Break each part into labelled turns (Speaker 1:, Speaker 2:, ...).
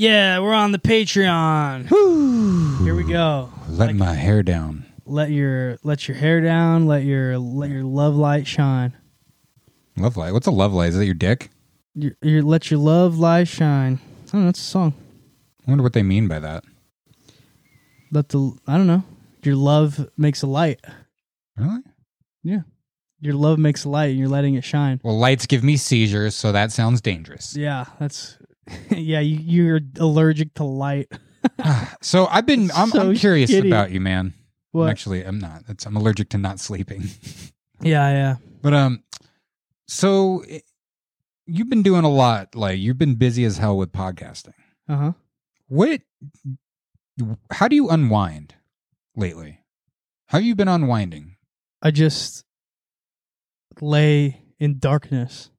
Speaker 1: Yeah, we're on the Patreon. Whew. Here we go.
Speaker 2: Letting my hair down.
Speaker 1: Let your let your hair down. Let your let your love light shine.
Speaker 2: Love light. What's a love light? Is that your dick?
Speaker 1: Your, your let your love light shine. I don't know. That's a song.
Speaker 2: I wonder what they mean by that.
Speaker 1: Let the I don't know. Your love makes a light.
Speaker 2: Really?
Speaker 1: Yeah. Your love makes a light, and you're letting it shine.
Speaker 2: Well, lights give me seizures, so that sounds dangerous.
Speaker 1: Yeah, that's. yeah, you, you're allergic to light.
Speaker 2: Ah, So I've been. I'm,
Speaker 1: So
Speaker 2: I'm curious
Speaker 1: shitty.
Speaker 2: about you, man.
Speaker 1: What?
Speaker 2: Actually, I'm not. It's, I'm allergic to not sleeping.
Speaker 1: Yeah, yeah.
Speaker 2: But um, so i- you've been doing a lot. Like you've been busy as hell with podcasting.
Speaker 1: Uh huh.
Speaker 2: What? How do you unwind lately? How have you been unwinding?
Speaker 1: I just lay in darkness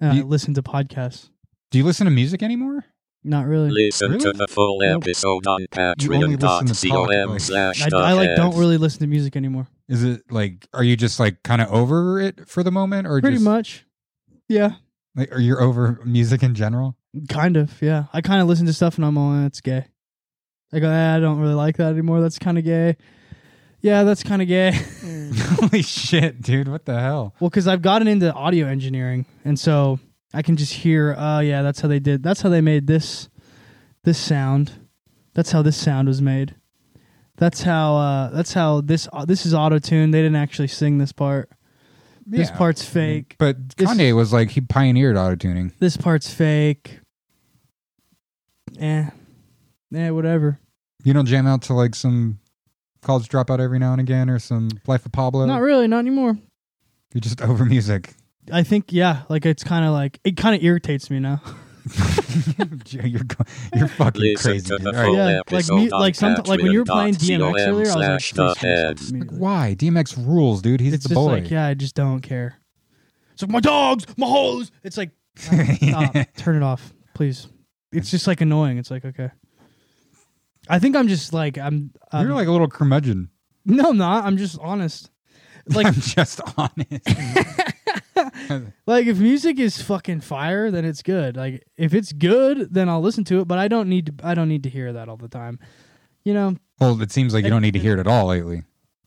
Speaker 1: and I
Speaker 2: You-
Speaker 1: listen to podcasts.
Speaker 2: Do you listen to music anymore?
Speaker 1: Not really.
Speaker 3: Listen
Speaker 2: Really?
Speaker 3: to the full
Speaker 2: No.
Speaker 3: episode on
Speaker 2: You only listen to talk,
Speaker 3: patreon.com
Speaker 2: like-
Speaker 3: slash
Speaker 1: I,
Speaker 3: the
Speaker 1: I like don't
Speaker 3: heads.
Speaker 1: really listen to music anymore.
Speaker 2: Is it like are you just like kind of over it for the moment, or
Speaker 1: Pretty
Speaker 2: just,
Speaker 1: much. Yeah.
Speaker 2: Like, are you over music in general?
Speaker 1: Kind of. Yeah. I kind of listen to stuff and I'm all, that's gay. I go, "Ah, I don't really like that anymore. That's kind of gay. Yeah, that's kind of gay.
Speaker 2: Mm. Holy shit, dude! What the hell?
Speaker 1: well, because I've gotten into audio engineering, and so I can just hear, oh yeah, that's how they did. That's how they made this, this sound. That's how this sound was made. That's how. Uh, that's how this. this is auto tune. They didn't actually sing this part. This
Speaker 2: Yeah.
Speaker 1: part's fake.
Speaker 2: But
Speaker 1: This-
Speaker 2: Kanye was like he pioneered auto tuning.
Speaker 1: this part's fake. Eh. Eh, whatever.
Speaker 2: You don't jam out to like some college dropout every now and again, or some Life of Pablo.
Speaker 1: Not really, not anymore.
Speaker 2: You're just over music.
Speaker 1: I think yeah, like it's kind of like it kind of irritates me now.
Speaker 2: you're go- you're fucking
Speaker 3: Listen
Speaker 2: crazy.
Speaker 3: to
Speaker 2: Dude.
Speaker 3: the
Speaker 2: Oh, All right.
Speaker 3: full
Speaker 1: Yeah, like
Speaker 3: episode
Speaker 1: me-
Speaker 3: on
Speaker 1: like somet- like when you were playing
Speaker 3: patreon.com
Speaker 1: DMX earlier, I was like,
Speaker 3: slash
Speaker 1: "Please
Speaker 3: the
Speaker 1: stop this
Speaker 3: heads.
Speaker 1: music."
Speaker 2: Why? DMX rules, dude. He's
Speaker 1: it's
Speaker 2: the
Speaker 1: just
Speaker 2: boy.
Speaker 1: like yeah, I just don't care. It's like my dogs, my hoes. It's like stop, turn it off, please. It's just like annoying. It's like okay. I think I'm just like I'm. I'm
Speaker 2: You're like a little curmudgeon.
Speaker 1: no, I'm not. I'm just honest. Like
Speaker 2: I'm just honest.
Speaker 1: Like if music is fucking fire, then it's good. Like if it's good, then I'll listen to it. But I don't need to. I don't need to hear that all the time. You know.
Speaker 2: well, it seems like you don't need to hear it at all lately.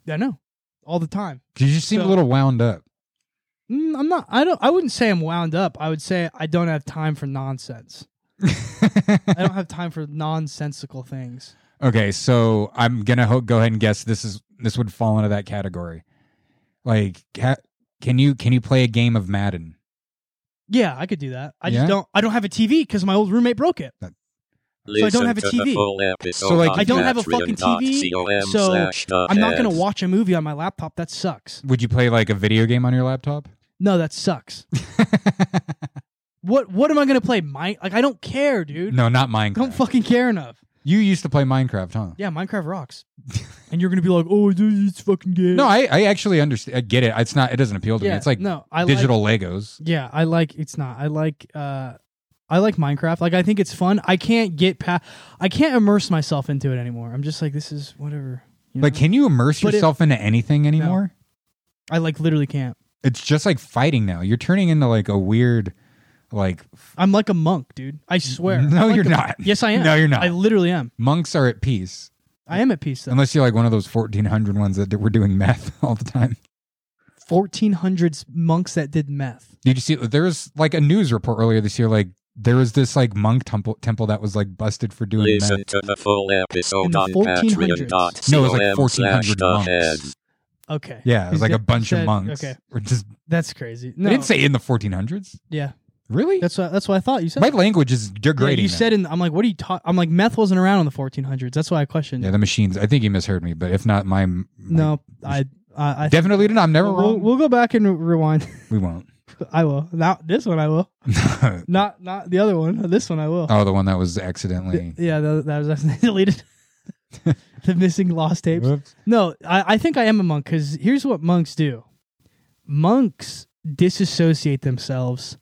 Speaker 1: I know. All the time.
Speaker 2: 'Cause You just seem
Speaker 1: So-
Speaker 2: a little wound up.
Speaker 1: Mm, I'm not. I don't. I wouldn't say I'm wound up. I would say I don't have time for nonsense. I don't have time for nonsensical things.
Speaker 2: Okay, so I'm gonna ho- go ahead and guess this is this would fall into that category. Like, ca- can you can you play a game of Madden?
Speaker 1: Yeah, I could do that. I
Speaker 2: Yeah?
Speaker 1: just don't. I don't have a TV because my old roommate broke it.
Speaker 3: Listen
Speaker 1: So I don't have a
Speaker 3: to
Speaker 1: TV.
Speaker 3: The full episode
Speaker 2: So, like,
Speaker 3: on
Speaker 1: I don't have a fucking TV,
Speaker 3: patreon.com
Speaker 1: so
Speaker 3: slash the
Speaker 1: I'm not gonna
Speaker 3: heads.
Speaker 1: watch a movie on my laptop. That sucks.
Speaker 2: Would you play like a video game on your laptop?
Speaker 1: No, that sucks. what What am I gonna play? My like I don't care, dude.
Speaker 2: no, not
Speaker 1: I
Speaker 2: Minecraft.
Speaker 1: Don't fucking care enough.
Speaker 2: you used to play Minecraft, huh?
Speaker 1: Yeah, Minecraft rocks. and you're gonna be like, oh, dude, it's fucking gay.
Speaker 2: No, I, I actually understand. I get it. It's not. It doesn't appeal to
Speaker 1: yeah,
Speaker 2: me. It's like
Speaker 1: no, I
Speaker 2: digital Legos.
Speaker 1: Like, yeah, I like. It's not. I like. uh I like Minecraft. Like I think it's fun. I can't get past. I can't immerse myself into it anymore. I'm just like, this is whatever. you
Speaker 2: Like,
Speaker 1: know?
Speaker 2: can you immerse
Speaker 1: But it-
Speaker 2: yourself into anything anymore?
Speaker 1: I like literally can't.
Speaker 2: It's just like fighting now. You're turning into like a weird, like
Speaker 1: I'm like a monk, dude. I swear.
Speaker 2: No,
Speaker 1: I'm like
Speaker 2: you're
Speaker 1: a-
Speaker 2: not.
Speaker 1: Yes, I am.
Speaker 2: No, you're not.
Speaker 1: I literally am.
Speaker 2: monks are at peace.
Speaker 1: I am at peace though.
Speaker 2: Unless you're like one of those 1400 ones that were doing meth all the time.
Speaker 1: 1400s monks that did meth.
Speaker 2: Did you see? There was like a news report earlier this year. Like there was this like monk temple temple that was like busted for doing
Speaker 3: Listen
Speaker 2: meth.
Speaker 3: to the full
Speaker 1: In
Speaker 3: episode
Speaker 1: the
Speaker 3: on
Speaker 1: 1400s.
Speaker 3: patreon.com
Speaker 2: No, it was like
Speaker 3: slash
Speaker 2: 1400
Speaker 3: the
Speaker 2: monks.
Speaker 3: heads.
Speaker 1: Okay.
Speaker 2: Yeah, it was
Speaker 1: Is
Speaker 2: like a
Speaker 1: that-
Speaker 2: bunch
Speaker 1: said-
Speaker 2: of monks.
Speaker 1: Okay.
Speaker 2: Or just
Speaker 1: That's crazy. No.
Speaker 2: they didn't say in the 1400s.
Speaker 1: Yeah.
Speaker 2: Really?
Speaker 1: That's what. That's what I thought you said.
Speaker 2: My language is
Speaker 1: Yeah,
Speaker 2: degrading.
Speaker 1: you
Speaker 2: now.
Speaker 1: said, in, I'm like, what are you talking? I'm like, meth wasn't around in the 1400s. That's why I questioned.
Speaker 2: Yeah, the machines. I think you misheard me, but if not, my, my
Speaker 1: no, I, I, I
Speaker 2: definitely didn't. I'm never
Speaker 1: We'll,
Speaker 2: wrong.
Speaker 1: we'll go back and rewind.
Speaker 2: we won't.
Speaker 1: I will. Not this one. I will. Not not the other one. This one. I will.
Speaker 2: oh, the one that was accidentally.
Speaker 1: yeah, that, that was actually deleted. the missing lost tapes.
Speaker 2: Whoops.
Speaker 1: No, I, I think I am a monk because here's what monks do. Monks disassociate themselves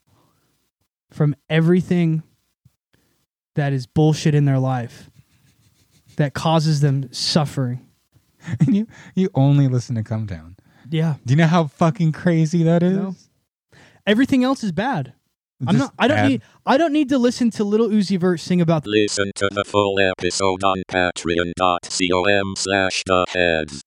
Speaker 1: from everything that is bullshit in their life that causes them suffering.
Speaker 2: And you you only listen to Come Down.
Speaker 1: Yeah.
Speaker 2: Do you know how fucking crazy that is?
Speaker 1: No. Everything else is bad. I'm
Speaker 2: Just
Speaker 1: not. I don't
Speaker 2: add-
Speaker 1: need. I don't need to listen to Little Uzi Vert sing about.
Speaker 3: Listen to the full episode on patreon.com slash the heads.